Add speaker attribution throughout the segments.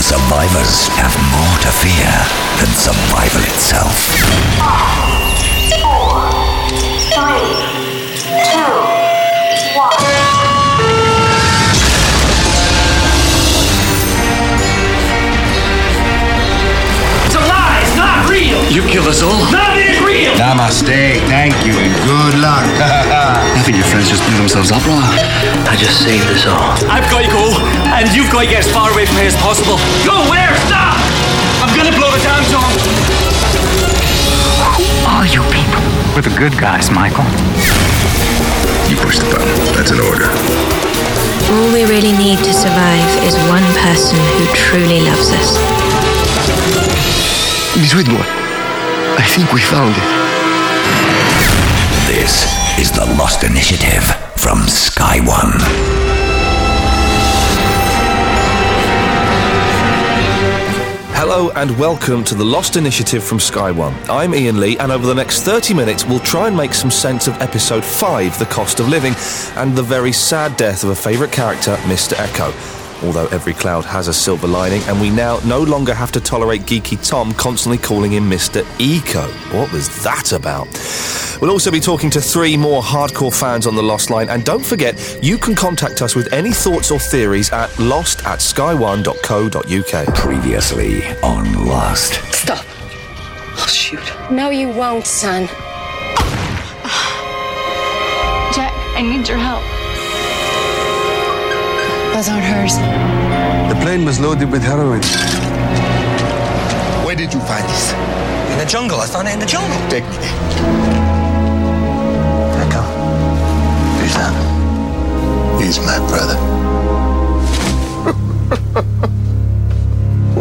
Speaker 1: Survivors have more to fear than survival itself.
Speaker 2: four, three, two, one.
Speaker 3: It's a lie. It's not real.
Speaker 4: You kill us all.
Speaker 3: None of it is real.
Speaker 5: Namaste, thank you, and good luck.
Speaker 4: I think your friends just blew themselves up, brother. I just saved us all.
Speaker 6: I've got to go, and you've got to get as far away from here as possible.
Speaker 3: Go where? Stop.
Speaker 6: I'm gonna blow the damn John.
Speaker 4: All you people. We're the good guys, Michael.
Speaker 7: You push the button. That's an order.
Speaker 8: All we really need to survive is one person who truly loves us.
Speaker 4: He's with me. I think we found it.
Speaker 1: This is the Lost Initiative from Sky One.
Speaker 9: Hello and welcome to the Lost Initiative from Sky One. I'm Ian Lee, and over the next 30 minutes, we'll try and make some sense of episode 5, The Cost of Living, and the very sad death of a favourite character, Mr. Echo. Although every cloud has a silver lining, and we now no longer have to tolerate geeky Tom constantly calling him Mr. Eco. What was that about? We'll also be talking to three more hardcore fans on the Lost Line, and don't forget, you can contact us with any thoughts or theories at lost at skyone.co.uk.
Speaker 1: Previously on Lost.
Speaker 10: Stop. I'll shoot.
Speaker 11: No, you won't, son.
Speaker 12: Jack, I need your help.
Speaker 11: Those aren't hers.
Speaker 5: The plane was loaded with heroin.
Speaker 13: Where did you find this?
Speaker 14: In the jungle. I found it in the jungle.
Speaker 13: Take me there. Echo. Who's that? He's my brother.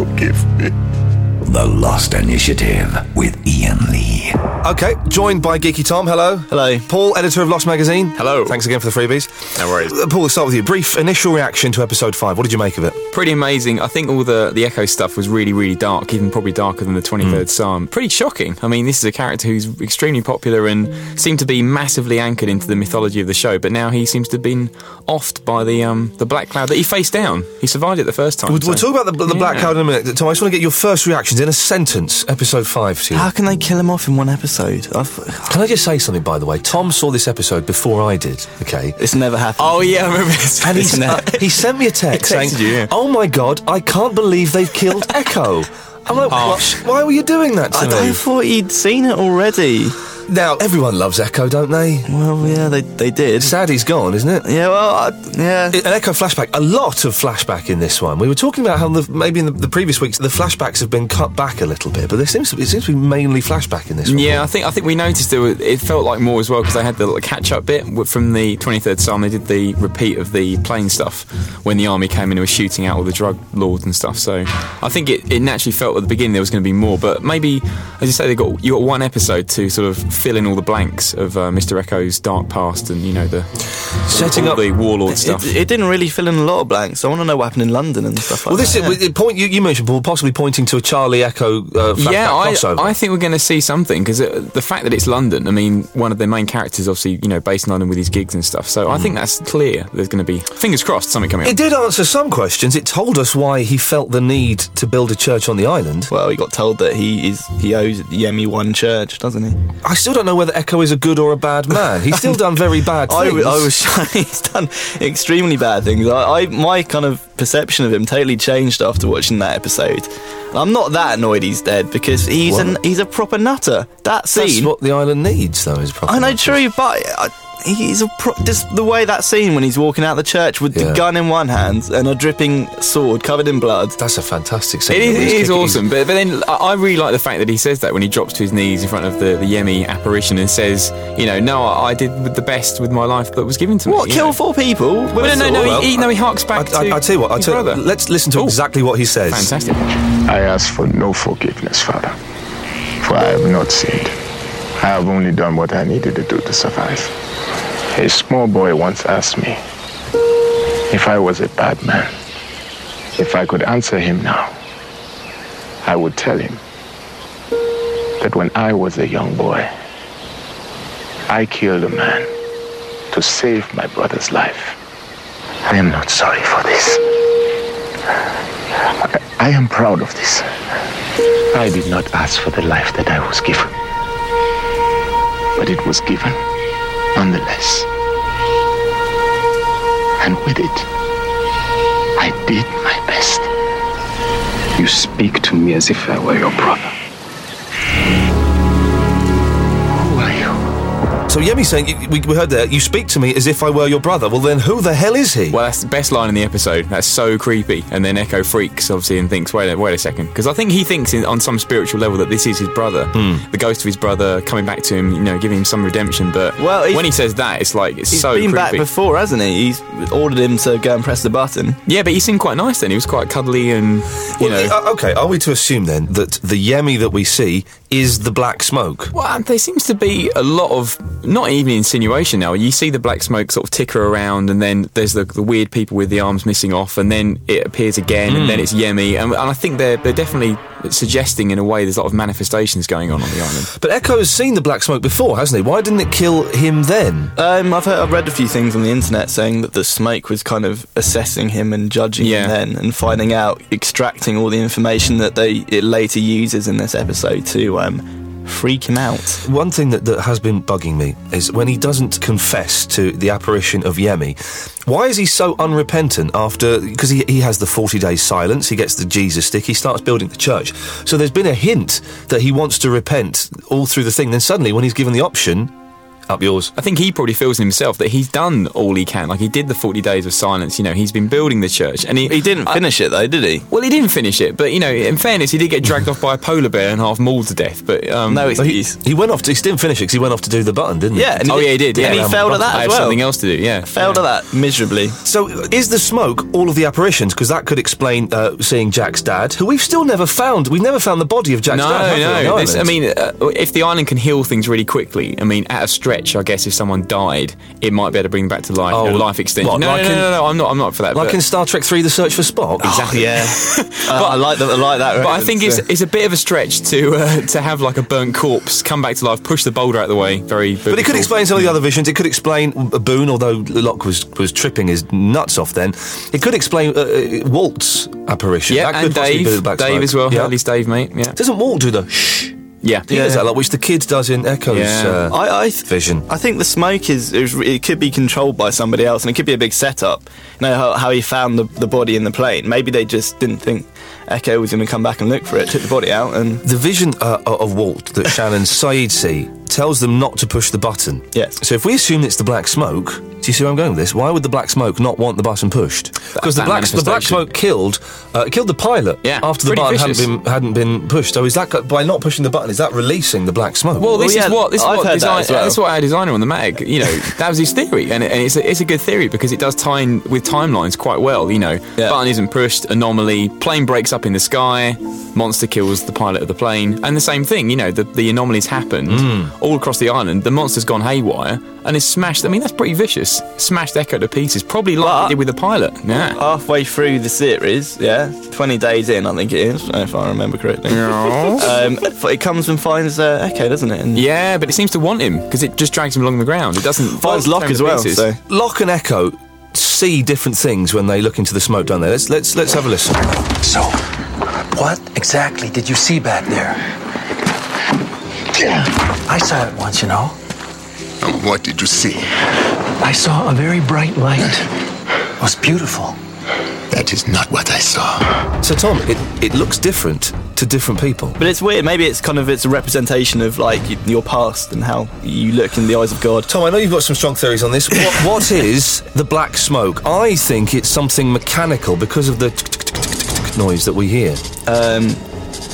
Speaker 13: Forgive me.
Speaker 1: The Lost Initiative with Ian Lee.
Speaker 9: Okay, joined by Geeky Tom. Hello.
Speaker 15: Hello.
Speaker 9: Paul, editor of Lost Magazine.
Speaker 15: Hello.
Speaker 9: Thanks again for the freebies.
Speaker 15: No worries.
Speaker 9: Uh, Paul, let's start with you. Brief initial reaction to episode five. What did you make of it?
Speaker 15: Pretty amazing. I think all the, the Echo stuff was really, really dark, even probably darker than the
Speaker 9: Hmm.
Speaker 15: 23rd Psalm. Pretty shocking. I mean, this is a character who's extremely popular and seemed to be massively anchored into the mythology of the show, but now he seems to have been offed by the um, the black cloud that he faced down. He survived it the first time.
Speaker 9: We'll, we'll
Speaker 15: so-
Speaker 9: talk about the, the Black
Speaker 15: Yeah.
Speaker 9: Cloud in a minute. Tom, I just want to get your first reactions in a sentence, episode five to you.
Speaker 16: How can they kill him off in one episode? I've,
Speaker 9: Ah, Can I just say something, by the way? Tom saw this episode before I did, okay?
Speaker 16: it's never happened.
Speaker 15: Oh, yeah, I remember this.
Speaker 9: And
Speaker 15: It's
Speaker 9: he's,
Speaker 15: na-
Speaker 9: uh, he sent me a text
Speaker 15: He
Speaker 9: saying,
Speaker 15: texted you, yeah.
Speaker 9: Oh my god, I can't believe they've killed Echo. I'm like,
Speaker 15: Harsh.
Speaker 9: "What? why were you doing that to
Speaker 16: I,
Speaker 9: me?
Speaker 16: I thought you'd seen it already.
Speaker 9: Now, everyone loves Echo, don't they?
Speaker 16: Well, yeah, they they did.
Speaker 9: Sad he's gone, isn't it?
Speaker 16: Yeah, well, I, yeah.
Speaker 9: an echo flashback. A lot of flashback in this one. We were talking about how the, maybe in the, the previous weeks the flashbacks have been cut back a little bit, but there seems to be, it seems to be mainly flashback in this one.
Speaker 15: Yeah, I think I think we noticed there were, it felt like more as well because they had the little catch-up bit w- from the 23rd Psalm. They did the repeat of the plane stuff when the army came in and was shooting out all the drug lords and stuff. So I think it, it naturally felt at the beginning there was going to be more, but maybe as you say, they got you got one episode to sort of fill in all the blanks of uh, Mr. Echo's dark past and you know the
Speaker 9: Setting
Speaker 15: all
Speaker 9: up-
Speaker 15: the warlord stuff.
Speaker 16: It, it didn't really fill in a lot of blanks. I want to know what happened in London and stuff like
Speaker 9: Well, this
Speaker 16: that.
Speaker 9: is, the point you, you mentioned, Paul, possibly pointing to a Charlie Echo uh, flashback
Speaker 15: yeah, I,
Speaker 9: crossover.
Speaker 15: I think we're going to see something because the fact that it's London, I mean, one of their main characters, obviously, you know, based in London with his gigs and stuff. So I think that's clear. There's going to be fingers crossed something coming
Speaker 9: it
Speaker 15: up.
Speaker 9: did answer some questions. It told us why he felt the need to build a church on the island.
Speaker 16: Well, he got told that he is he owes Yemi one church, doesn't he?
Speaker 9: I still don't know whether Echo is a good or a bad man. He's still done very bad
Speaker 16: I,
Speaker 9: things.
Speaker 16: w- I was he's done extremely bad things. I, I my kind of perception of him totally changed after watching that episode. I'm not that annoyed he's dead because he's
Speaker 9: What?
Speaker 16: an he's a proper nutter. That
Speaker 9: That's
Speaker 16: scene,
Speaker 9: what the island needs, though, is proper
Speaker 16: I know,
Speaker 9: answers.
Speaker 16: true, but I, Uh, he's a pro- just the way that scene when he's walking out the church with
Speaker 9: Yeah.
Speaker 16: the gun in one hand and a dripping sword covered in blood.
Speaker 9: That's a fantastic scene.
Speaker 15: It
Speaker 9: He's
Speaker 15: is, it is
Speaker 9: kicking-
Speaker 15: awesome, but, but then I I really like the fact that he says that when he drops to his knees in front of the, the Yemi apparition and says, you know, no, I I did with the best with my life that was given to me.
Speaker 16: What
Speaker 15: you
Speaker 16: kill
Speaker 15: know.
Speaker 16: four people? with
Speaker 15: Well,
Speaker 16: a
Speaker 15: no, no, no,
Speaker 16: sword?
Speaker 15: he, he, no, he harks
Speaker 9: I,
Speaker 15: back
Speaker 9: I,
Speaker 15: to.
Speaker 9: I tell you what, I
Speaker 15: his
Speaker 9: tell
Speaker 15: brother.
Speaker 9: let's listen to
Speaker 15: Ooh,
Speaker 9: exactly what he says.
Speaker 15: Fantastic.
Speaker 7: I ask for no forgiveness, Father, for I have not sinned. I have only done what I needed to do to survive. A small boy once asked me if I was a bad man. If I could answer him now, I would tell him that when I was a young boy, I killed a man to save my brother's life. I am not sorry for this. I, I am proud of this. I did not ask for the life that I was given, but it was given nonetheless. And with it, I did my best.
Speaker 2: You speak to me as if I were your brother.
Speaker 9: So Yemi saying we, we heard that you speak to me as if I were your brother. Well, then who the hell is he?
Speaker 15: Well, that's the best line in the episode. That's so creepy. And then Echo freaks obviously and thinks, wait, a, wait a second, because I think he thinks in, on some spiritual level that this is his brother,
Speaker 9: Hmm.
Speaker 15: the ghost of his brother coming back to him, you know, giving him some redemption. But
Speaker 16: Well, he's-
Speaker 15: when he says that, it's like it's
Speaker 16: He's
Speaker 15: so
Speaker 16: been
Speaker 15: creepy.
Speaker 16: back before, hasn't he? He's ordered him to go and press the button.
Speaker 15: Yeah, but he seemed quite nice then. He was quite cuddly and you know.
Speaker 9: Uh, okay, are we to assume then that the Yemi that we see is the black smoke?
Speaker 15: Well, and there seems to be a lot of not even insinuation now. You see the black smoke sort of ticker around, and then there's the, the weird people with the arms missing off, and then it appears again,
Speaker 9: Mm.
Speaker 15: and
Speaker 16: Hmm.
Speaker 15: then it's Yemi, and, and I think they're they're definitely suggesting in a way there's a lot of manifestations going on on the island.
Speaker 9: But Echo's seen the black smoke before, hasn't he? Why didn't it kill him then?
Speaker 16: Um, I've, heard, I've read a few things on the internet saying that the smoke was kind of assessing him and judging him then, and finding out, extracting all the information that they it later uses in this episode to um, freak him out.
Speaker 9: One thing that, that has been bugging me is when he doesn't confess to the apparition of Yemi, why is he so unrepentant after. Because he, he has the 40 days silence, he gets the Jesus stick, he starts building the church. So there's been a hint that he wants to repent all through the thing. Then suddenly, when he's given the option, up yours.
Speaker 15: I think he probably feels in himself that he's done all he can. Like he did the 40 days of silence, you know, he's been building the church. And he,
Speaker 16: He didn't finish it though, did he?
Speaker 15: Well, he didn't finish it, but you know, in fairness, he did get dragged off by a polar bear and half mauled to death. But um,
Speaker 16: No, it's-
Speaker 9: he, he went off. To, he didn't finish it because he went off to do the button, didn't he?
Speaker 16: Yeah, and he
Speaker 15: oh
Speaker 16: did-
Speaker 15: yeah, he did.
Speaker 16: and
Speaker 15: Yeah,
Speaker 16: he failed at that
Speaker 15: I
Speaker 16: as
Speaker 15: have
Speaker 16: well.
Speaker 15: something else to do. Yeah,
Speaker 16: Failed at that miserably.
Speaker 9: So, is the smoke all of the apparitions? Because that could explain uh, seeing Jack's dad, who we've still never found. We've never found the body of Jack's
Speaker 15: no,
Speaker 9: dad. have we, on
Speaker 15: no.
Speaker 9: the
Speaker 15: This, I
Speaker 9: island?
Speaker 15: mean, uh, if the island can heal things really quickly, I mean, at a stretch, I guess if someone died, it might be able to bring them back to life. you know, life extension.
Speaker 9: what,
Speaker 15: no,
Speaker 9: Oh, like
Speaker 15: no, no,
Speaker 9: in-
Speaker 15: no, no, I'm not. I'm not for that.
Speaker 9: like
Speaker 15: but-
Speaker 9: in Star Trek Three: The Search for Spock.
Speaker 15: Exactly.
Speaker 16: yeah.
Speaker 9: Uh,
Speaker 16: I like that. I like that.
Speaker 15: But I
Speaker 16: reference,
Speaker 15: think it's,
Speaker 16: yeah.
Speaker 15: it's a bit of a stretch to uh, to have like a burnt corpse come back to life, push the boulder out of the way. Very,
Speaker 9: But it could explain some of
Speaker 15: Hmm.
Speaker 9: the other visions. It could explain Boone, although Locke was, was tripping his nuts off then. It could explain uh, uh, Walt's apparition.
Speaker 15: Yeah,
Speaker 9: That could
Speaker 15: and
Speaker 9: possibly be the
Speaker 15: Dave,
Speaker 9: Black
Speaker 15: Dave
Speaker 9: Smoke.
Speaker 15: as well.
Speaker 9: Yeah.
Speaker 15: Hurley's Dave, mate. Yeah.
Speaker 9: Doesn't Walt do the shh?
Speaker 15: Yeah,
Speaker 9: He does that, like, which the kid does in Echo's
Speaker 16: Yeah.
Speaker 9: uh,
Speaker 16: I- I th-
Speaker 9: vision.
Speaker 16: I think the smoke is, is it could be controlled by somebody else, and it could be a big setup. You know how, how he found the, the body in the plane. Maybe they just didn't think Echo was going to come back and look for it. Took the body out, and
Speaker 9: The vision uh, o- of Walt that Shannon Said see tells them not to push the button.
Speaker 16: Yes.
Speaker 9: So if we assume it's the black smoke, do you see where I'm going with this? Why would the black smoke not want the button pushed? Because the
Speaker 15: that
Speaker 9: black the black
Speaker 15: manifestation.
Speaker 9: smoke killed uh, killed the pilot
Speaker 15: Yeah,
Speaker 9: after the
Speaker 15: pretty
Speaker 9: button
Speaker 15: vicious.
Speaker 9: hadn't been hadn't been pushed. So is that got- by not pushing the button is that releasing the black smoke?
Speaker 15: Well, this is what this is
Speaker 16: I've
Speaker 15: what
Speaker 16: heard that
Speaker 15: design,
Speaker 16: as well.
Speaker 15: this is what our designer on the Matic, you know, that was his theory, and, and it's a, it's a good theory because it does tie in with timelines quite well. You know, button isn't pushed, anomaly, plane breaks up in the sky, monster kills the pilot of the plane, and the same thing. You know, the the anomalies happened
Speaker 16: Mm.
Speaker 15: all across the island. The monster's gone haywire and is smashed. I mean, that's pretty vicious. Smashed Echo to pieces, probably like it did with the pilot. Yeah.
Speaker 16: halfway through the series, yeah, twenty days in, I think it is, if I remember correctly. um, f- it comes and finds uh, Echo, doesn't it? And
Speaker 15: Yeah, but it seems to want him because it just drags him along the ground. It doesn't
Speaker 16: Finds Locke
Speaker 15: tear him
Speaker 16: as
Speaker 15: to
Speaker 16: well,
Speaker 15: pieces.
Speaker 16: so-
Speaker 9: Locke and Echo see different things when they look into the smoke, don't they? Let's let's let's have a listen.
Speaker 10: So, what exactly did you see back there? I saw it once, you know.
Speaker 5: And what did you see?
Speaker 10: I saw a very bright light. It was beautiful.
Speaker 5: That is not what I saw.
Speaker 9: So Tom, it, it looks different to different people.
Speaker 16: But it's weird. Maybe it's kind of it's a representation of like y- your past and how you look in the eyes of God.
Speaker 9: Tom, I know you've got some strong theories on this. What, what is the black smoke? I think it's something mechanical because of the tick, tick, tick, tick, tick, tick noise that we hear.
Speaker 16: Um,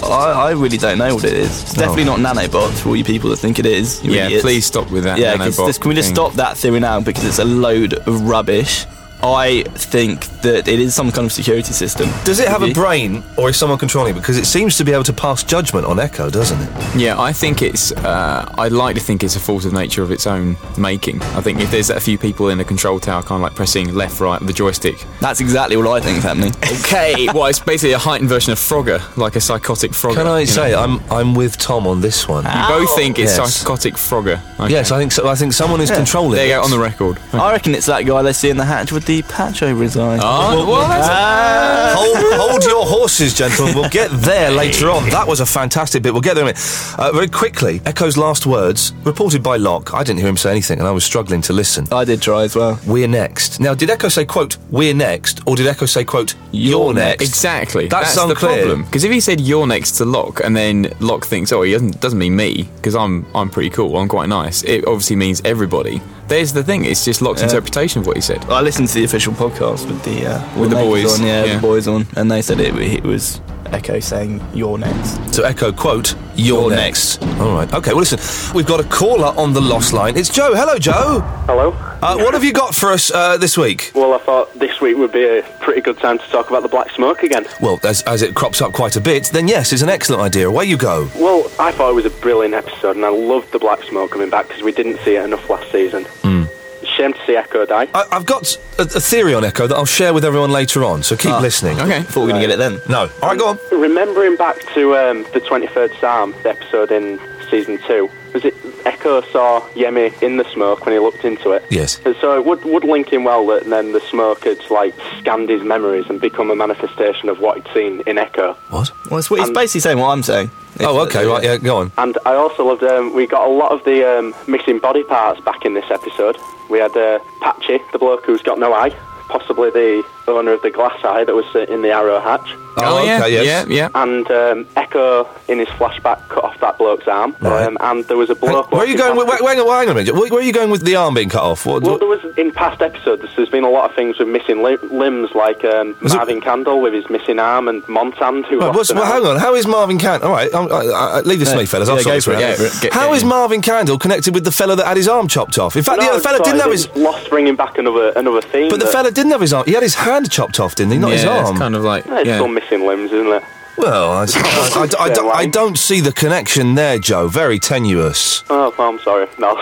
Speaker 16: I, I really don't know what it is. It's definitely not nanobot for all you people that think it is. It
Speaker 15: Oh. Yeah,
Speaker 16: really is.
Speaker 15: please stop with that
Speaker 16: Yeah, 'cause
Speaker 15: nanobot
Speaker 16: this- can we just
Speaker 15: thing.
Speaker 16: stop that theory now because it's a load of rubbish. I think that it is some kind of security system.
Speaker 9: Does it have
Speaker 16: Could be.
Speaker 9: a brain, or is someone controlling it? Because it seems to be able to pass judgment on Echo, doesn't it?
Speaker 15: Yeah, I think it's. Uh, I'd like to think it's a force of nature of its own making. I think if there's a few people in a control tower, kind of like pressing left, right with the joystick.
Speaker 16: That's exactly what I think is happening.
Speaker 15: Okay, well, it's basically a heightened version of Frogger, like a psychotic Frogger.
Speaker 9: Can I
Speaker 15: you know?
Speaker 9: say I'm I'm with Tom on this one?
Speaker 15: You both think it's
Speaker 9: Yes.
Speaker 15: psychotic Frogger. Okay.
Speaker 9: Yes, I think so. I think someone is controlling.
Speaker 15: There you
Speaker 9: it.
Speaker 15: go on the record.
Speaker 16: I reckon it's that guy they see in the hatch with the patch over his eye. Ah.
Speaker 9: Well,
Speaker 15: Oh,
Speaker 9: well, well, uh, hold, hold, your horses, gentlemen. We'll get there later on. That was a fantastic bit. We'll get there in a minute. Uh, very quickly, Echo's last words, reported by Locke. I didn't hear him say anything, and I was struggling to listen.
Speaker 1: I did try as well.
Speaker 9: We're next. Now, did Echo say, quote, we're next, or did Echo say, quote, you're next?
Speaker 15: Exactly.
Speaker 9: That's,
Speaker 15: That's
Speaker 9: the problem.
Speaker 15: Because if he said you're next to Locke, and then Locke thinks, oh, he doesn't, doesn't mean me, because I'm, I'm pretty cool, I'm quite nice, it obviously means everybody. There's the thing. It's just Locke's yeah. interpretation of what he said.
Speaker 1: I listened to the official podcast with the uh,
Speaker 15: with the boys,
Speaker 1: on, yeah, yeah, the boys on, and they said it, it was Echo saying "You're next."
Speaker 9: So Echo quote "You're, You're next. next. All right. Okay. Well, listen, we've got a caller on the lost line. It's Joe. Hello, Joe.
Speaker 17: Hello.
Speaker 9: Uh, what have you got for us uh, this week?
Speaker 17: Well, I thought this week would be a pretty good time to talk about the black smoke again.
Speaker 9: Well, as, as it crops up quite a bit, then yes, it's an excellent idea. Away you go.
Speaker 17: Well, I thought it was a brilliant episode, and I loved the black smoke coming back because we didn't see it enough last season.
Speaker 9: Mm.
Speaker 17: Shame to see Echo die.
Speaker 9: I, have got a, a, theory on Echo that I'll share with everyone later on, so keep oh, listening.
Speaker 15: Okay.
Speaker 1: Ah, Thought we were going to get it then.
Speaker 9: No. All right, go on.
Speaker 17: Remembering back to um, the 23rd Psalm, the episode in season two, was it Echo saw Yemi in the smoke when he looked into it?
Speaker 9: Yes.
Speaker 17: And so it would, would link in well that then the smoke had, like, scanned his memories and become a manifestation of what he'd seen in Echo.
Speaker 9: What?
Speaker 1: Well, it's,
Speaker 9: Um,
Speaker 1: it's basically saying what I'm saying.
Speaker 9: If oh, okay, right, yeah, go on.
Speaker 17: And I also loved, um, we got a lot of the um, missing body parts back in this episode. We had uh, Patchy, the bloke who's got no eye, possibly the owner of the glass eye that was uh, in the arrow hatch.
Speaker 15: Oh, okay, yeah, yes. yeah, yeah.
Speaker 17: And um, Echo, in his flashback, cut off that bloke's arm. Right. Um, and there was a bloke.
Speaker 9: Where are you going? With, wait, wait, wait, a minute. Where, where, are you going with the arm being cut off?
Speaker 17: What, well, what? there was in past episodes. There's been a lot of things with missing li- limbs, like um, Marvin it? Candle with his missing arm, and Montand who.
Speaker 9: Well,
Speaker 17: lost
Speaker 9: well hang on. How is Marvin Candle? All right, I, I, I, leave this yeah. to me, fellas. I'll
Speaker 15: yeah, sort
Speaker 9: yeah,
Speaker 15: it
Speaker 9: out. How is Marvin Candle connected with the fella that had his arm chopped off? In fact, no, the other fella didn't have his
Speaker 17: lost, bringing back another another theme.
Speaker 9: But the fella didn't have his arm. He had his hand chopped off, didn't he? Not his arm.
Speaker 15: kind of like
Speaker 17: yeah missing limbs, isn't it?
Speaker 9: Well, I, I, I, don't, I, don't see the connection there, Joe. Very tenuous.
Speaker 17: Oh, well, I'm sorry. No.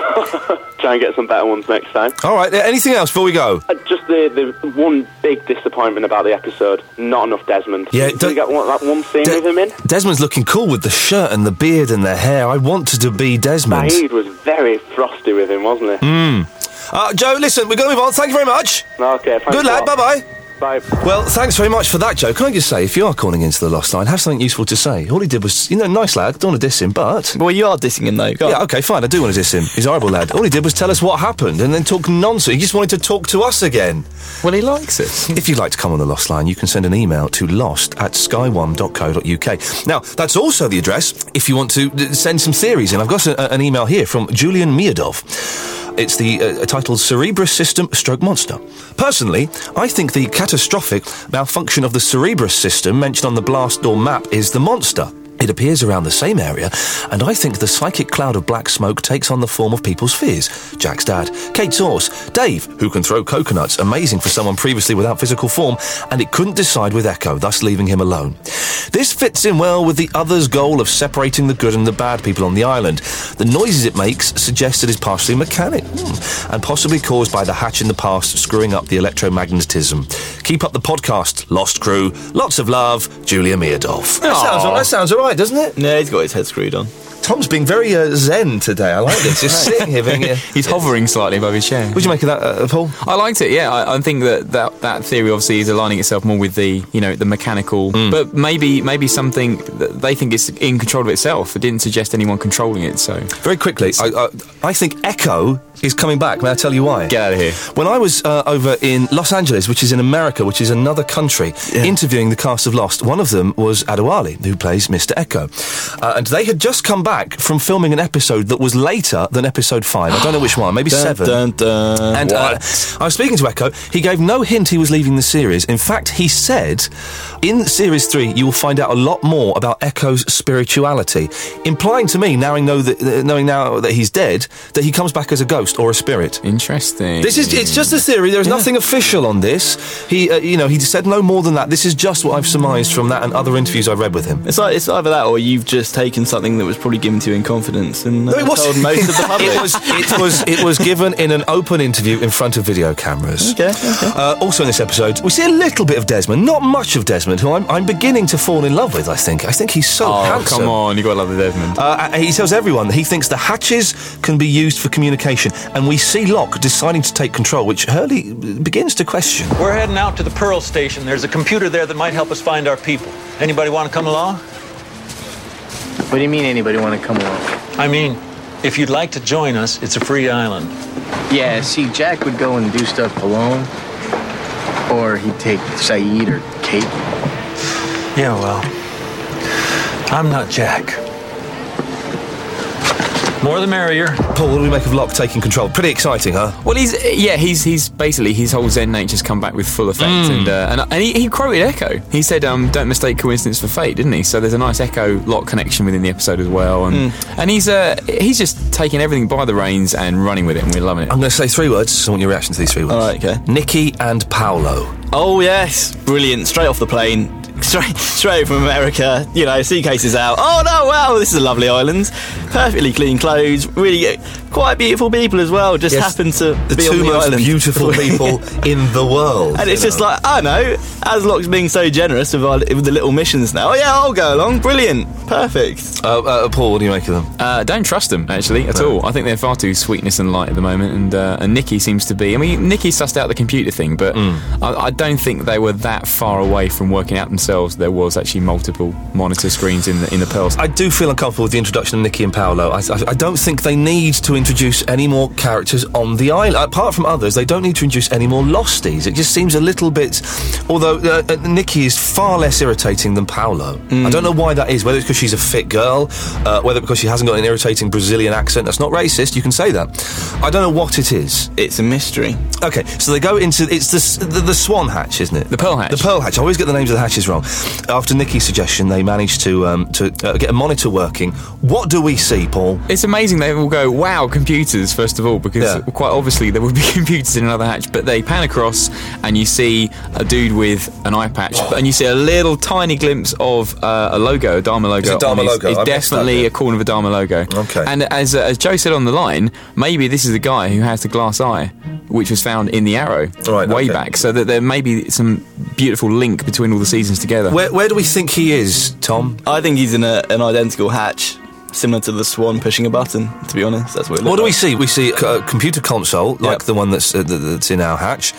Speaker 17: Try and get some better ones next time.
Speaker 9: All right, anything else before we go?
Speaker 17: Uh, just the, the one big disappointment about the episode not enough Desmond.
Speaker 9: Yeah,
Speaker 17: Did you get one, that one scene De- with him in?
Speaker 9: Desmond's looking cool with the shirt and the beard and the hair. I wanted to be Desmond.
Speaker 17: Saeed was very frosty with him, wasn't he?
Speaker 9: Mm. Uh, Joe, listen, we're going to move on. Thank you very much.
Speaker 17: Okay,
Speaker 9: Good lad, bye bye.
Speaker 17: Well,
Speaker 9: thanks very much for that, Joe. Can I just say, if you are calling into the Lost Line, have something useful to say. All he did was, you know, nice lad, don't want to diss him, but.
Speaker 1: Well, you are dissing him, though. Go
Speaker 9: yeah, okay, fine, I do want to diss him. He's a horrible lad. All he did was tell us what happened and then talk nonsense. He just wanted to talk to us again.
Speaker 15: Well, he likes it.
Speaker 9: if you'd like to come on the Lost Line, you can send an email to lost at sky1.co.uk. Now, that's also the address if you want to d- send some theories in. I've got a, an email here from Julian Miadov. It's the uh, titled Cerebrus System Stroke Monster. Personally, I think the catastrophic malfunction of the Cerebrus system mentioned on the blast door map is the monster. It appears around the same area, and I think the psychic cloud of black smoke takes on the form of people's fears. Jack's dad, Kate's horse, Dave, who can throw coconuts, amazing for someone previously without physical form, and it couldn't decide with Echo, thus leaving him alone. This fits in well with the others' goal of separating the good and the bad people on the island. The noises it makes suggest it is partially mechanic, hmm, and possibly caused by the hatch in the past screwing up the electromagnetism. Keep up the podcast, Lost Crew. Lots of love, Julia Meadolf. That sounds, that sounds all right doesn't it?
Speaker 1: No, he's got his head screwed on.
Speaker 9: Tom's been very uh, zen today. I like this. Just sitting here, being, uh,
Speaker 15: he's hovering slightly above his chair.
Speaker 9: Would you make of that, uh, Paul?
Speaker 15: I liked it. Yeah, I, I, think that, that that theory obviously is aligning itself more with the you know the mechanical, mm. but maybe maybe something that they think is in control of itself. It didn't suggest anyone controlling it. So
Speaker 9: very quickly, I, I, I think Echo is coming back. May I tell you why?
Speaker 15: Get out of here.
Speaker 9: When I was uh, over in Los Angeles, which is in America, which is another country, yeah. interviewing the cast of Lost, one of them was Adewale, who plays Mr. Echo, uh, and they had just come back from filming an episode that was later than episode five. I don't know which one, maybe
Speaker 1: dun,
Speaker 9: seven.
Speaker 1: Dun, dun.
Speaker 9: And uh, I was speaking to Echo. He gave no hint he was leaving the series. In fact, he said, "In series three, you will find out a lot more about Echo's spirituality," implying to me, now know that, uh, knowing now that he's dead, that he comes back as a ghost or a spirit.
Speaker 15: Interesting.
Speaker 9: This is it's just a theory. There is yeah. nothing official on this. He uh, you know he said no more than that. This is just what I've surmised from that and other interviews I've read with him.
Speaker 1: It's like it's either that or you've just taken something that was probably given to you in confidence and uh, no, it was, told most of the public.
Speaker 9: it was it was it was given in an open interview in front of video cameras.
Speaker 1: Okay. okay.
Speaker 9: Uh, also in this episode, we see a little bit of Desmond, not much of Desmond, who I'm, I'm beginning to fall in love with. I think I think he's so
Speaker 15: oh,
Speaker 9: handsome. Uh,
Speaker 15: Come on, you got to love Desmond.
Speaker 9: he tells everyone that he thinks the hatches can be used for communication. and we see Locke deciding to take control, which Hurley begins to question.
Speaker 18: We're heading out to the Pearl Station. There's a computer there that might help us find our people. Anybody want to come along?
Speaker 19: What do you mean anybody want to come along?
Speaker 18: I mean, if you'd like to join us, it's a free island.
Speaker 19: Yeah, see, Jack would go and do stuff alone, or he'd take Saeed or Kate.
Speaker 18: Yeah, well, I'm not Jack. More the merrier.
Speaker 9: Paul, what do we make of Locke taking control? Pretty exciting, huh?
Speaker 15: Well, he's yeah, he's he's basically his whole Zen nature's come back with full effect,
Speaker 16: Hmm.
Speaker 15: mm. and uh, and, and he, he, quoted Echo. He said, um, "Don't mistake coincidence for fate," didn't he? So there's a nice Echo Locke connection within the episode as well, and
Speaker 16: Hmm.
Speaker 15: mm. and he's uh, he's just taking everything by the reins and running with it, and we're loving it.
Speaker 9: I'm going to say three words. I want your reaction to these three words.
Speaker 16: All right, okay.
Speaker 9: Nikki and Paolo.
Speaker 16: Oh yes, brilliant! Straight off the plane, straight straight from America, you know, suitcases out. Oh no, wow, this is a lovely island. Perfectly clean clothes, really quite beautiful people as well. Just yes, happen to
Speaker 9: the
Speaker 16: be
Speaker 9: two
Speaker 16: on the
Speaker 9: most
Speaker 16: island.
Speaker 9: beautiful people in the world.
Speaker 16: And it's know. just like I know, as Locke's being so generous with, our, with the little missions now. Oh yeah, I'll go along. Brilliant, perfect.
Speaker 9: Uh, uh, Paul, what do you make of them?
Speaker 15: Uh, don't trust them actually at no. all. I think they're far too sweetness and light at the moment, and uh, and Nikki seems to be. I mean, Nikki sussed out the computer thing, but mm. I, I don't think they were that far away from working out themselves there was actually multiple monitor screens in the in the pearls.
Speaker 9: I do feel uncomfortable with the introduction of Nikki and Paolo. I, I, I, don't think they need to introduce any more characters on the island. Apart from others, they don't need to introduce any more losties. It just seems a little bit. Although uh, Nikki is far less irritating than Paolo. Mm. I don't know why that is. Whether it's because she's a fit girl, uh, whether because she hasn't got an irritating Brazilian accent. That's not racist. You can say that. I don't know what it is.
Speaker 16: It's a mystery.
Speaker 9: Okay, so they go into it's the the, the Swan Hatch, isn't it?
Speaker 15: The Pearl Hatch.
Speaker 9: The Pearl Hatch. I always get the names of the hatches wrong. After Nikki's suggestion, they managed to um, to uh, get a monitor working. What do we see, Paul?
Speaker 15: It's amazing. They all go, "Wow, computers!" First of all, because yeah. quite obviously there would be computers in another hatch. But they pan across, and you see a dude with an eye patch, oh. and you see a little tiny glimpse of uh, a logo, a Dharma logo.
Speaker 9: It's Dharma
Speaker 15: his,
Speaker 9: logo.
Speaker 15: It's definitely a corner of a Dharma logo.
Speaker 9: Okay.
Speaker 15: And as uh, as Joe said on the line, maybe this is the guy who has the glass eye, which was found in the Arrow
Speaker 9: right,
Speaker 15: way
Speaker 9: okay.
Speaker 15: back. So that there may be some beautiful link between all the seasons together.
Speaker 9: Where, where, do we think he is, Tom?
Speaker 16: I think he's in a, an identical hatch, similar to the swan pushing a button. To be honest, that's what.
Speaker 9: what
Speaker 16: like.
Speaker 9: do we see? We see a computer console yep. like the one that's uh, that's in our hatch.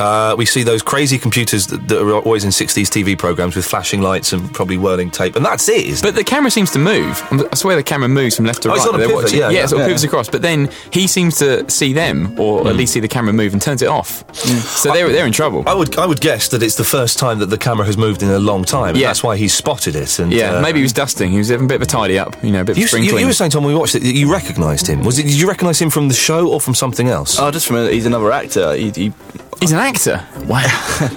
Speaker 9: Uh, we see those crazy computers that, that, are always in 60s TV programs with flashing lights and probably whirling tape, and that's it.
Speaker 15: But the camera seems to move. I swear the camera moves from left to
Speaker 9: oh,
Speaker 15: right.
Speaker 9: It's on a
Speaker 15: they're
Speaker 9: pivot,
Speaker 15: watching.
Speaker 9: Yeah,
Speaker 15: yeah,
Speaker 9: yeah,
Speaker 15: it sort
Speaker 9: yeah.
Speaker 15: of pivots across. But then he seems to see them, or mm.
Speaker 16: Hmm.
Speaker 15: at least see the camera move, and turns it off. Mm. So they're, they're in trouble.
Speaker 9: I would I would guess that it's the first time that the camera has moved in a long time. yeah. that's why he's spotted it. And
Speaker 15: yeah, uh, maybe he was dusting. He was having a bit of a tidy up. You know, a bit
Speaker 9: you,
Speaker 15: of sprinkling.
Speaker 9: You, you were saying Tom, we watched it. You recognised him. Was it? Did you recognise him from the show or from something else?
Speaker 16: Oh, just from a, he's another actor. he, he
Speaker 15: He's an actor.
Speaker 16: Wow.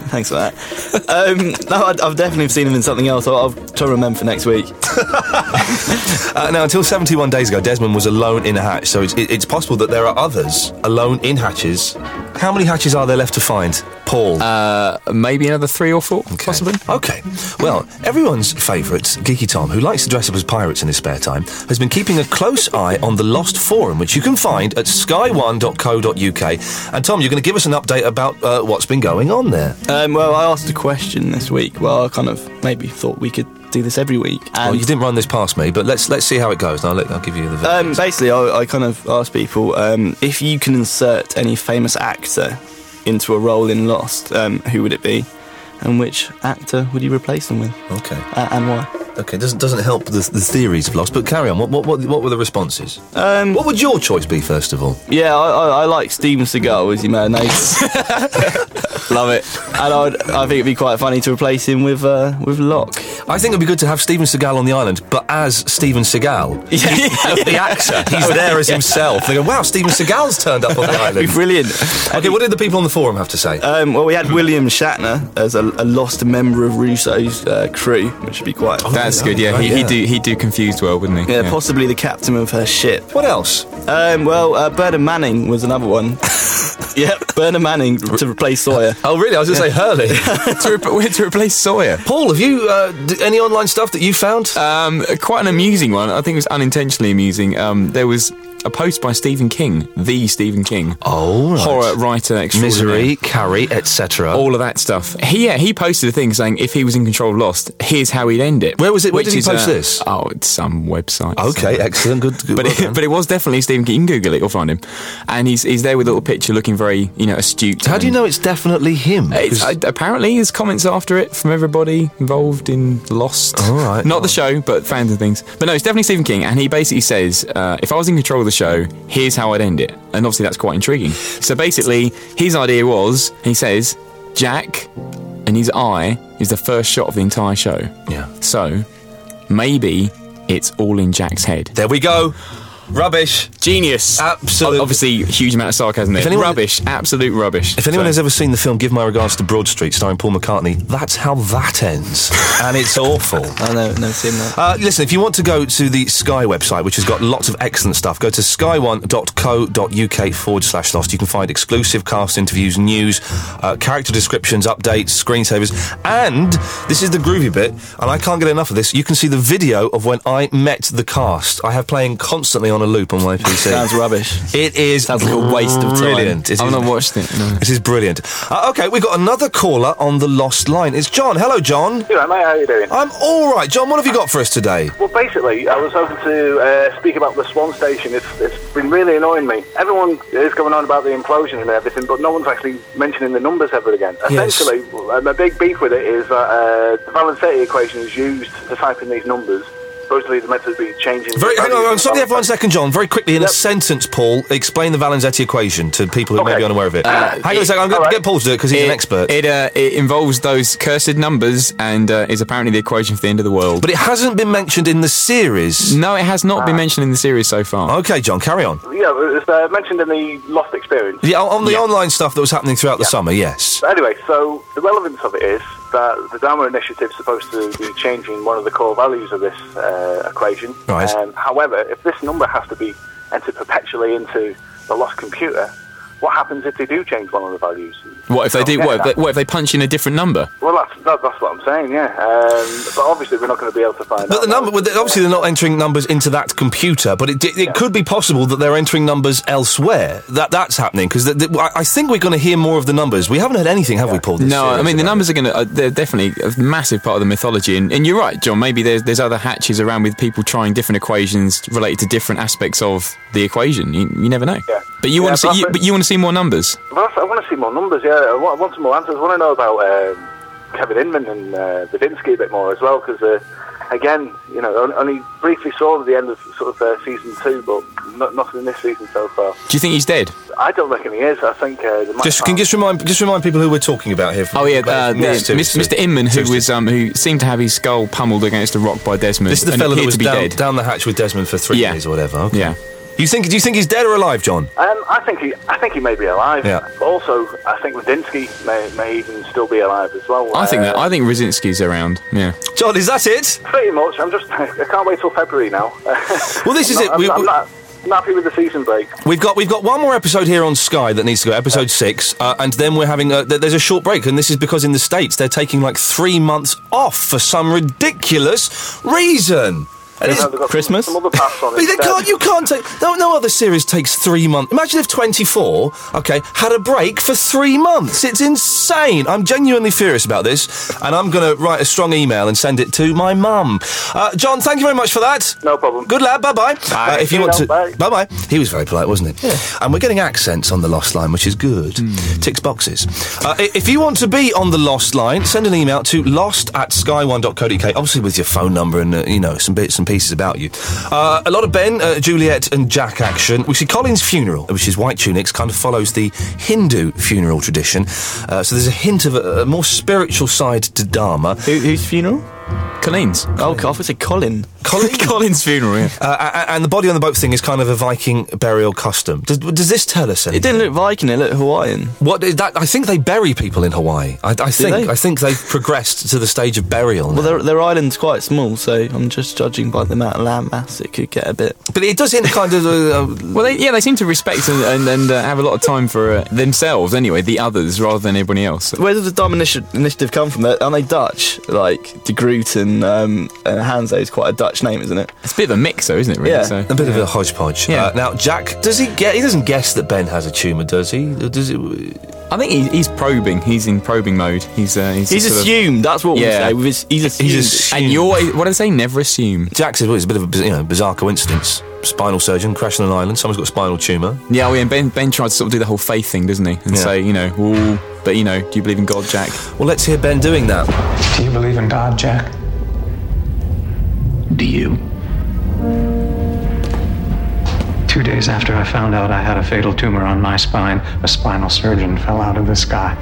Speaker 16: Thanks for that. Um, no, I, have definitely seen him in something else. I'll, I'll try to remember for next week.
Speaker 9: uh, now, until 71 days ago, Desmond was alone in a hatch, so it's, it, it's, possible that there are others alone in hatches. How many hatches are there left to find, Paul?
Speaker 15: Uh, maybe another three or four,
Speaker 9: okay.
Speaker 15: possibly.
Speaker 9: Okay. Well, everyone's favourite, Geeky Tom, who likes to dress up as pirates in his spare time, has been keeping a close eye on the Lost Forum, which you can find at sky1.co.uk. And, Tom, you're going to give us an update about uh, what's been going on there?
Speaker 16: Um, well, I asked a question this week. Well, I kind of maybe thought we could do this every week.
Speaker 9: well, you didn't run this past me, but let's let's see how it goes. I'll, let, I'll give you
Speaker 15: Uh,
Speaker 9: the.
Speaker 16: Um, basically, I, I, kind of asked people um, if you can insert any famous actor into a role in Lost, who would it be, and which actor would you replace them with?
Speaker 9: Okay,
Speaker 16: uh, and why?
Speaker 9: Okay, doesn't doesn't help the, the theories of loss, but carry on. What what what, what were the responses? Um, what would your choice be first of all?
Speaker 16: Yeah, I, I, I like Steven Seagal as you may have noticed. Love it, and I'd, I think it'd be quite funny to replace him with uh, with Locke.
Speaker 9: I think it'd be good to have Steven Seagal on the island, but as Steven Seagal,
Speaker 16: yeah, yeah,
Speaker 9: the
Speaker 16: yeah.
Speaker 9: actor, he's there as himself. They go, wow, Steven Seagal's turned up on the island.
Speaker 16: brilliant.
Speaker 9: Okay, what did the people on the forum have to say?
Speaker 16: Um, well, we had William Shatner as a, a lost member of Russo's uh, crew, which would be quite.
Speaker 15: Oh, that's good. Yeah, he, would do he'd do confused well, wouldn't he?
Speaker 16: Yeah, yeah, possibly the captain of her ship.
Speaker 9: What else?
Speaker 16: Um, well, uh, Bernard Manning was another one. yep, Bernard Manning to replace Sawyer.
Speaker 9: oh, really? I was going to yeah. say Hurley
Speaker 15: to, re- to, replace Sawyer.
Speaker 9: Paul, have you uh, d- any
Speaker 16: Uh,
Speaker 9: online stuff that you found?
Speaker 15: Um, quite an amusing one. I think it was unintentionally amusing. Um, there was a post by Stephen King, the Stephen King.
Speaker 9: Oh, right.
Speaker 15: horror writer,
Speaker 9: misery, Carrie, etc.
Speaker 15: All of that stuff. He, yeah, he posted a thing saying if he was in control of Lost, here's how he'd end it.
Speaker 9: Where was it? Where did he
Speaker 15: is,
Speaker 9: post
Speaker 15: uh,
Speaker 9: this?
Speaker 15: Oh, it's some website.
Speaker 9: Okay,
Speaker 15: somewhere.
Speaker 9: excellent, good. good
Speaker 15: but
Speaker 9: work,
Speaker 15: it, but it was definitely Stephen King. You can Google it, you'll find him, and he's he's there with a little picture, looking very you know astute.
Speaker 9: How do you know it's definitely him?
Speaker 15: It's, uh, apparently, his comments after it from everybody involved in Lost.
Speaker 9: All right,
Speaker 15: not the show, but fans and things. But no, it's definitely Stephen King, and he basically says uh, if I was in control of the show, here's how I'd end it, and obviously that's quite intriguing. So basically, his idea was he says Jack and his eye is the first shot of the entire show.
Speaker 9: Yeah.
Speaker 15: So maybe it's all in Jack's head.
Speaker 9: There we go. Rubbish.
Speaker 15: Genius.
Speaker 9: Absolute.
Speaker 15: Obviously, huge amount of sarcasm there.
Speaker 9: If anyone-
Speaker 15: rubbish. Absolute rubbish.
Speaker 9: If anyone has ever seen the film Give My Regards to Broad Street starring Paul McCartney, that's how that ends. and it's awful.
Speaker 16: I know, never seen that.
Speaker 9: Uh, listen, if you want to go to the Sky website, which has got lots of excellent stuff, go to sky1.co.uk forward slash lost. You can find exclusive cast interviews, news, uh, character descriptions, updates, screensavers, and this is the groovy bit, and I can't get enough of this. You can see the video of when I met the cast. I have playing constantly on a loop on my PC.
Speaker 16: Sounds rubbish.
Speaker 9: It is
Speaker 16: Sounds like a waste of time.
Speaker 9: Brilliant. It
Speaker 15: I've
Speaker 9: is-
Speaker 15: not watched it. No.
Speaker 9: This is brilliant. Uh, okay, we've got another caller on the lost line. It's John. Hello, John.
Speaker 17: Hello, mate. How are you doing?
Speaker 9: I'm all right. John, what have you got for us today?
Speaker 17: Well, basically, I was hoping to uh, speak about the Swan Station. It's, it's been really annoying me. Everyone is going on about the implosions and everything, but no one's actually mentioning the numbers ever again.
Speaker 9: Yes.
Speaker 17: Essentially, uh, my big beef with it is that uh, the Valencetti equation is used to type in these numbers. Supposedly, it's meant to be changing. the
Speaker 9: Very, hang
Speaker 17: values
Speaker 9: on, I'm
Speaker 17: of
Speaker 9: sorry to
Speaker 17: the
Speaker 9: have one second, John. Very quickly, in a
Speaker 17: Yep.
Speaker 9: sentence, Paul, explain the Valenzetti equation to people who may
Speaker 17: Okay.
Speaker 9: be unaware of it.
Speaker 17: Uh,
Speaker 9: hang on a second, I'm going to get Paul to do it because he's an expert.
Speaker 15: It uh, it involves those cursed numbers and uh, is apparently the equation for the end of the world.
Speaker 9: but it hasn't been mentioned in the series.
Speaker 15: no, it has not
Speaker 17: Ah.
Speaker 15: been mentioned in the series so far.
Speaker 9: Okay, John, carry on.
Speaker 17: Yeah, but it's uh, mentioned in the Lost Experience.
Speaker 9: Yeah, on on the online stuff that was happening throughout the summer, yes.
Speaker 17: But anyway, so the relevance of it is that the Dharma Initiative is supposed to be changing one of the core values of this uh, equation.
Speaker 9: Right.
Speaker 17: Um, however, if this number has to be entered perpetually into the lost computer, what happens if they do change one of the values?
Speaker 9: Oh.
Speaker 15: What if they do?
Speaker 17: Yeah,
Speaker 15: What if
Speaker 17: that-
Speaker 15: they, what if they punch in a different number?
Speaker 17: Well, that's, that, that's what I'm saying, yeah. Um, but obviously, we're not going to be able to find
Speaker 9: But
Speaker 17: out.
Speaker 9: the number,
Speaker 17: now.
Speaker 9: well, they- obviously, they're not entering numbers into that computer. But it, it, it could be possible that they're entering numbers elsewhere. That that's happening because I I think we're going to hear more of the numbers. We haven't heard anything, have we, Paul? This
Speaker 15: No, I
Speaker 9: series
Speaker 15: mean the
Speaker 9: about
Speaker 15: numbers are going to—they're definitely a massive part of the mythology. And, and you're right, John. Maybe there's there's other hatches around with people trying different equations related to different aspects of the equation. You, you never know.
Speaker 17: Yeah.
Speaker 15: But you
Speaker 17: Yeah,
Speaker 15: want to
Speaker 17: but
Speaker 15: see,
Speaker 17: I
Speaker 15: you,
Speaker 17: think-
Speaker 15: but you want to see more numbers.
Speaker 17: Well, that's- I want to see more numbers. Yeah, I want, I want some more answers. I want to know about um, Kevin Inman and uh, Badinsky a bit more as well, because uh, again, you know, on- only briefly saw at the end of sort of uh, season two, but no, nothing in this season so far.
Speaker 15: Do you think he's dead?
Speaker 17: I don't reckon he is. I think uh, the
Speaker 9: it. Just can you just remind just remind people who we're talking about here.
Speaker 15: Oh yeah, uh,
Speaker 9: From- Yes,
Speaker 15: the-
Speaker 9: two,
Speaker 15: Mis-
Speaker 9: two.
Speaker 15: Mr. Inman,
Speaker 9: Two,
Speaker 15: who
Speaker 9: two.
Speaker 15: was um, who seemed to have his skull pummeled against a rock by Desmond.
Speaker 9: This is the
Speaker 15: and
Speaker 9: fellow that
Speaker 15: appeared
Speaker 9: was
Speaker 15: to be
Speaker 9: down,
Speaker 15: dead.
Speaker 9: down the hatch with Desmond for three
Speaker 15: Yeah.
Speaker 9: days or whatever. Okay.
Speaker 15: Yeah.
Speaker 9: You think? Do you think he's dead or alive, John?
Speaker 17: Um, I think he, I think he may be alive.
Speaker 9: Yeah.
Speaker 17: Also, I think Wadinsky may, may even still be alive as well.
Speaker 15: I think that.
Speaker 17: Uh,
Speaker 15: I think Rosinski's around. Yeah.
Speaker 9: John, is that it?
Speaker 17: pretty much. I'm just. I can't wait till February now.
Speaker 9: Well, this is
Speaker 17: I'm
Speaker 9: it.
Speaker 17: not-
Speaker 9: We-
Speaker 17: I'm,
Speaker 9: we-
Speaker 17: not, I'm not happy with the season break.
Speaker 9: We've got we've got one more episode here on Sky that needs to go, episode six, uh, and then we're having a, th- there's a short break, and this is because in the states they're taking like three months off for some ridiculous reason. And
Speaker 17: You know,
Speaker 9: it's-
Speaker 17: they've got some-
Speaker 16: Christmas?
Speaker 17: Some other paths on Um,
Speaker 9: but they
Speaker 17: instead.
Speaker 9: can't, you can't take. No, no other series takes three months. Imagine if 24, okay, had a break for three months. It's insane. I'm genuinely furious about this, and I'm going to write a strong email and send it to my mum. Uh, John, thank you very much for that.
Speaker 17: No problem.
Speaker 9: Good lad, bye bye. Uh, if
Speaker 17: See
Speaker 9: you want
Speaker 17: you
Speaker 9: to.
Speaker 17: now, bye.
Speaker 9: Bye bye. He was very polite, wasn't he? And we're getting accents on the Lost Line, which is good. Ticks boxes. Uh, i- if you want to be on the Lost Line, send an email to lost at sky1.co.uk, obviously with your phone number and, uh, you know, some bits and pieces about you. Uh, a lot of Ben, uh, Juliet, and Jack action. We see Colin's funeral, which is white tunics, kind of follows the Hindu funeral tradition. Uh, so there's a hint of a, a more spiritual side to Dharma.
Speaker 16: Who, whose funeral?
Speaker 15: Colleen's.
Speaker 16: Oh, I would say Colin.
Speaker 9: Colin.
Speaker 15: Colin's funeral. Yeah.
Speaker 9: Uh, a- a- and the body on the boat thing is kind of a Viking burial custom. Does, does this tell us
Speaker 16: It
Speaker 9: anything?
Speaker 16: didn't look Viking, it looked Hawaiian.
Speaker 9: What is that? I think they bury people in Hawaii. I, I think
Speaker 16: they?
Speaker 9: I think they've progressed to the stage of burial.
Speaker 16: Well,
Speaker 9: now.
Speaker 16: their, their island's quite small, so I'm just judging by the amount of land mass, it could get a bit.
Speaker 9: but it does hint kind of. Uh,
Speaker 15: Well, they, yeah, they seem to respect and, and, and uh, have a lot of time for uh, themselves anyway, the others rather than everybody else.
Speaker 16: Where did the Dom initi- initiative come from? Aren't they Dutch? Like, de Groot and and um, and Hanzo is quite a Dutch name, isn't it?
Speaker 15: It's a bit of a mix, though, isn't it? Really?
Speaker 16: Yeah,
Speaker 15: so,
Speaker 9: a bit yeah. of a hodgepodge. Yeah. Uh, now, Jack, does he get? He doesn't guess that Ben has a tumour, does he? Or does it?
Speaker 15: I think he, he's probing. He's in probing mode. He's uh, he's,
Speaker 16: he's assumed. Of, that's what we yeah. say. He's, he's assumed.
Speaker 15: He's assumed. And you always, what do I say? Never assume.
Speaker 9: Jack says, well, it's a bit of a you know, bizarre coincidence spinal surgeon crashing an island. Someone's got spinal tumour.
Speaker 15: Yeah, well, yeah, and Ben Ben tried to sort of do the whole faith thing, doesn't he? And yeah. say, you know, Ooh, but you know, do you believe in God, Jack?
Speaker 9: Well, let's hear Ben doing that.
Speaker 20: Do you believe in God, Jack?
Speaker 21: Do you?
Speaker 20: Two days after I found out I had a fatal tumor on my spine, a spinal surgeon fell out of the sky.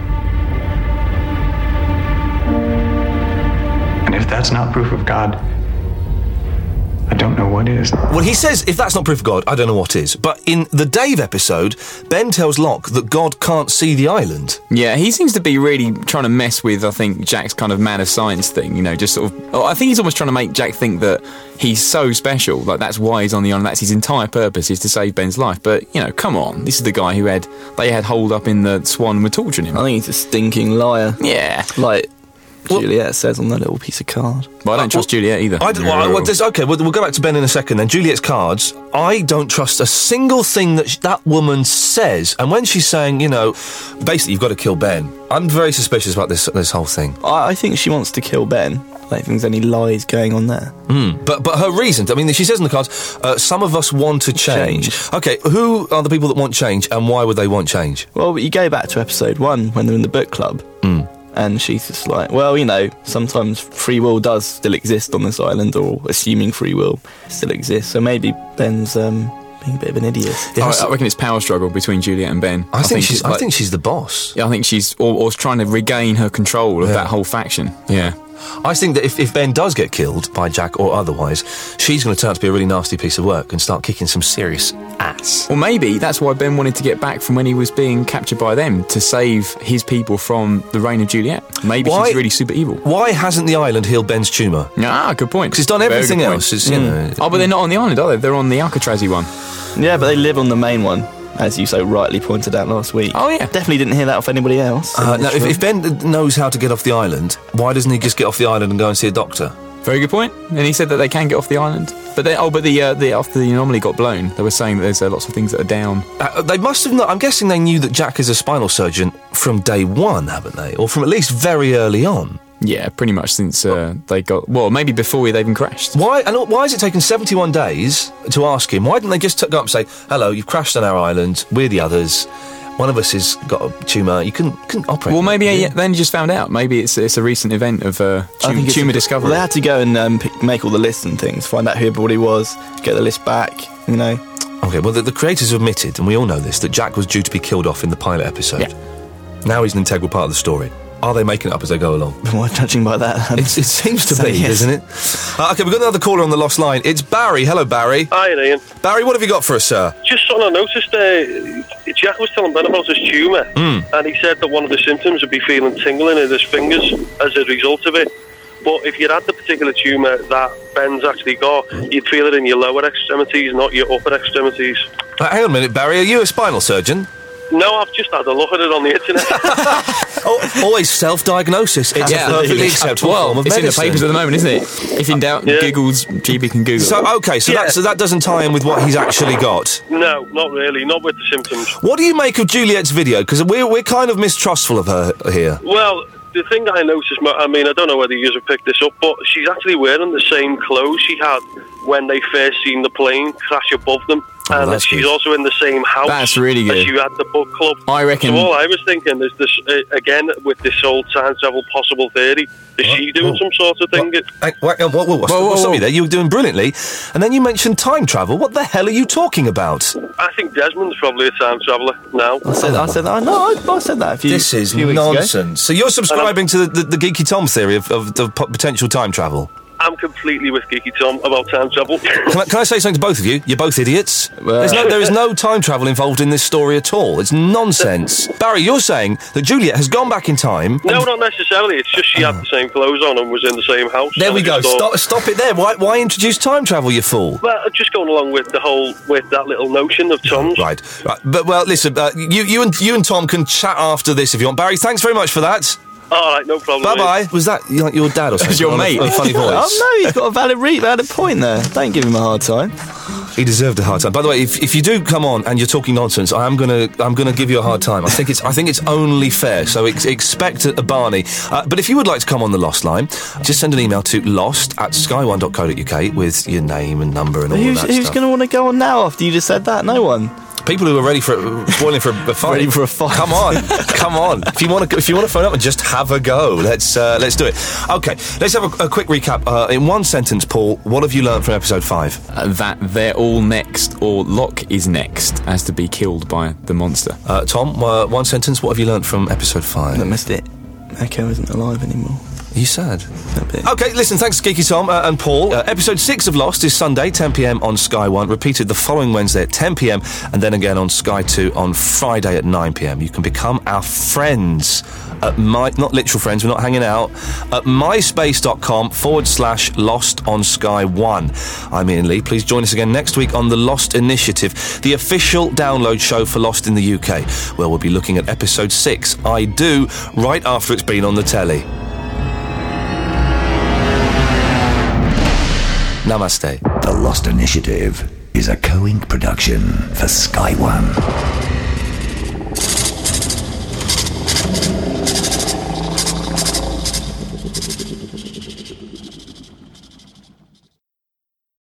Speaker 20: And if that's not proof of God, I don't know what is.
Speaker 9: Well, he says, if that's not proof of God, I don't know what is. But in the Dave episode, Ben tells Locke that God can't see the island.
Speaker 15: Yeah, he seems to be really trying to mess with, I think, Jack's kind of man of science thing, you know, just sort of. oh, I think he's almost trying to make Jack think that he's so special. Like, that's why he's on the island. That's his entire purpose, is to save Ben's life. But, you know, come on. This is the guy who had. They had hold up in the swan and were torturing him.
Speaker 16: I think he's a stinking liar.
Speaker 15: Yeah.
Speaker 16: Like. Well, Juliet says on that little piece of card. Uh,
Speaker 15: But I don't trust well, Juliet either.
Speaker 9: I, well, I, this, okay, we'll, we'll, go back to Ben in a second. Then Juliet's cards. I don't trust a single thing that sh- that woman says. And when she's saying, you know, basically you've got to kill Ben, I'm very suspicious about this this whole thing.
Speaker 16: I, I think she wants to kill Ben. I don't think there's any lies going on there.
Speaker 9: Mm. But but her reasons. I mean, she says in the cards, uh, some of us want to change. change. Okay, who are the people that want change, and why would they want change?
Speaker 16: Well, you go back to episode one when they're in the book club.
Speaker 15: Hmm.
Speaker 9: Mm
Speaker 16: and she's just like, well, you know, sometimes free will does still exist on this island, or assuming free will still exists. So maybe Ben's um, being a bit of an idiot.
Speaker 15: Yeah, I, I, reckon it's power struggle between Juliet and Ben.
Speaker 9: I, I think, think, she's. Like, I think she's the boss.
Speaker 15: Yeah, I think she's, or, or trying to regain her control of yeah. that whole faction. Yeah.
Speaker 9: I think that if, if Ben does get killed by Jack or otherwise, she's going to turn out to be a really nasty piece of work and start kicking some serious ass.
Speaker 15: Or maybe that's why Ben wanted to get back from when he was being captured by them to save his people from the reign of Juliet. Maybe why, she's really super evil.
Speaker 9: Why hasn't the island healed Ben's tumour?
Speaker 15: Ah, good point.
Speaker 9: Because it's done everything else.
Speaker 15: Mm. Know, oh, but they're not on the island, are they? They're on the Alcatrazzy one.
Speaker 16: Yeah, but they live on the main one as you so rightly pointed out last week.
Speaker 15: Oh yeah,
Speaker 16: definitely didn't hear that off anybody else.
Speaker 9: Uh, now, if, if, Ben knows how to get off the island, why doesn't he just get off the island and go and see a doctor?
Speaker 15: Very good point. And he said that they can get off the island, but they, oh, but the uh, the after the anomaly got blown, they were saying that there's uh, lots of things that are down.
Speaker 9: Uh, they must have. Not, I'm guessing they knew that Jack is a spinal surgeon from day one, haven't they? Or from at least very early on.
Speaker 15: Yeah, pretty much since uh, they got well, maybe before they even crashed.
Speaker 9: Why? And why has it taken seventy-one days to ask him? Why didn't they just go up and say, "Hello, you've crashed on our island. We're the others." One of us has got a tumour. You couldn't couldn't operate.
Speaker 15: Well, maybe yeah, then you just found out. Maybe it's it's a recent event of uh, tum- tumour discovery.
Speaker 16: Well, they had to go and um, pick, make all the lists and things, find out who everybody was, get the list back. You know.
Speaker 9: Okay. Well, the, the creators admitted, and we all know this, that Jack was due to be killed off in the pilot episode.
Speaker 15: Yeah.
Speaker 9: Now he's an integral part of the story are they making it up as they go along?
Speaker 16: More touching by that.
Speaker 9: it, seems to so, be, yes. doesn't it? Uh, okay, we've got another caller on the lost line. It's Barry. Hello, Barry.
Speaker 22: Hi, Ian.
Speaker 9: Barry, what have you got for us, sir?
Speaker 22: Just something I noticed. Uh, Jack was telling Ben about his tumour,
Speaker 9: mm.
Speaker 22: and he said that one of the symptoms would be feeling tingling in his fingers as a result of it. But if you had the particular tumour that Ben's actually got, you'd feel it in your lower extremities, not your upper extremities.
Speaker 9: Uh, hang on a minute, Barry. Are you a spinal surgeon?
Speaker 22: No, I've just had a look at it on the internet.
Speaker 9: oh, always self-diagnosis. It's yeah, perfectly acceptable well, form of
Speaker 15: it's
Speaker 9: medicine.
Speaker 15: in the papers at the moment, isn't it? If in doubt, yeah. Google's GB can Google.
Speaker 9: So okay, so yeah. that so that doesn't tie in with what he's actually got.
Speaker 22: No, not really. Not with the symptoms.
Speaker 9: What do you make of Juliet's video? Because we're we're kind of mistrustful of her here.
Speaker 22: Well. The thing I noticed, I mean, I don't know whether you have picked this up, but she's actually wearing the same clothes she had when they first seen the plane crash above them. Oh, and she's good. also in the same house.
Speaker 15: That's really good.
Speaker 22: As you had the book club.
Speaker 15: I reckon.
Speaker 22: So all I was thinking is this uh, again with this whole time travel possible theory. Is what? she doing oh. some sort of thing? What?
Speaker 9: What? Whoa, whoa, whoa, whoa, whoa, whoa, whoa. there. You were doing brilliantly, and then you mentioned time travel. What the hell are you talking about?
Speaker 22: I think Desmond's probably a time traveller now.
Speaker 16: I said, I said, I know, I, I said that. A few,
Speaker 9: this is
Speaker 16: few
Speaker 9: nonsense. So you're subscribing to the, the, the, geeky Tom theory of, of, of potential time travel.
Speaker 22: I'm completely with Geeky Tom about time travel.
Speaker 9: can, I, can, I, say something to both of you? You're both idiots. Well. No, there is no time travel involved in this story at all. It's nonsense. Barry, you're saying that Juliet has gone back in time.
Speaker 22: No, not necessarily. It's just she uh, had the same clothes on and was in the same house.
Speaker 9: There we go. Stop, stop it there. Why, why, introduce time travel, you fool?
Speaker 22: Well, just going along with the whole with that little notion of Tom's.
Speaker 9: Right, right. But well, listen. Uh, you, you and you and Tom can chat after this if you want. Barry, thanks very much for that.
Speaker 22: All right, no problem.
Speaker 9: Bye bye. Was that like your dad or something?
Speaker 15: your mate.
Speaker 9: A, a funny voice.
Speaker 16: oh no, he's got a valid, re- valid point there. Don't give him a hard time.
Speaker 9: He deserved a hard time. By the way, if, if you do come on and you're talking nonsense, I am gonna I'm gonna give you a hard time. I think it's I think it's only fair. So ex- expect a, a Barney. Uh, but if you would like to come on the Lost Line, just send an email to lost at sky1.co.uk with your name and number and all
Speaker 16: who's,
Speaker 9: that.
Speaker 16: Who's
Speaker 9: stuff.
Speaker 16: gonna want to go on now after you just said that? No one.
Speaker 9: People who are ready for a, spoiling for a, a fight.
Speaker 16: ready for a fight.
Speaker 9: Come on, come on. If you want to, if you want to phone up and just have a go, let's uh, let's do it. Okay, let's have a, a quick recap uh, in one sentence. Paul, what have you learned from episode five?
Speaker 15: Uh, that they're all next, or Locke is next, as to be killed by the monster.
Speaker 9: Uh, Tom, one sentence. What have you learned from episode five?
Speaker 16: I missed it. Echo isn't alive anymore.
Speaker 9: Are you sad? Okay, listen, thanks, Geeky Tom uh, and Paul. Uh, episode 6 of Lost is Sunday, 10 pm on Sky 1, repeated the following Wednesday at 10 pm, and then again on Sky 2 on Friday at 9 pm. You can become our friends at my, not literal friends, we're not hanging out, at myspace.com forward slash Lost on Sky 1. I'm Ian Lee. Please join us again next week on The Lost Initiative, the official download show for Lost in the UK, where we'll be looking at episode 6, I Do, right after it's been on the telly. Namaste.
Speaker 1: The Lost Initiative is a co-ink production for Sky One.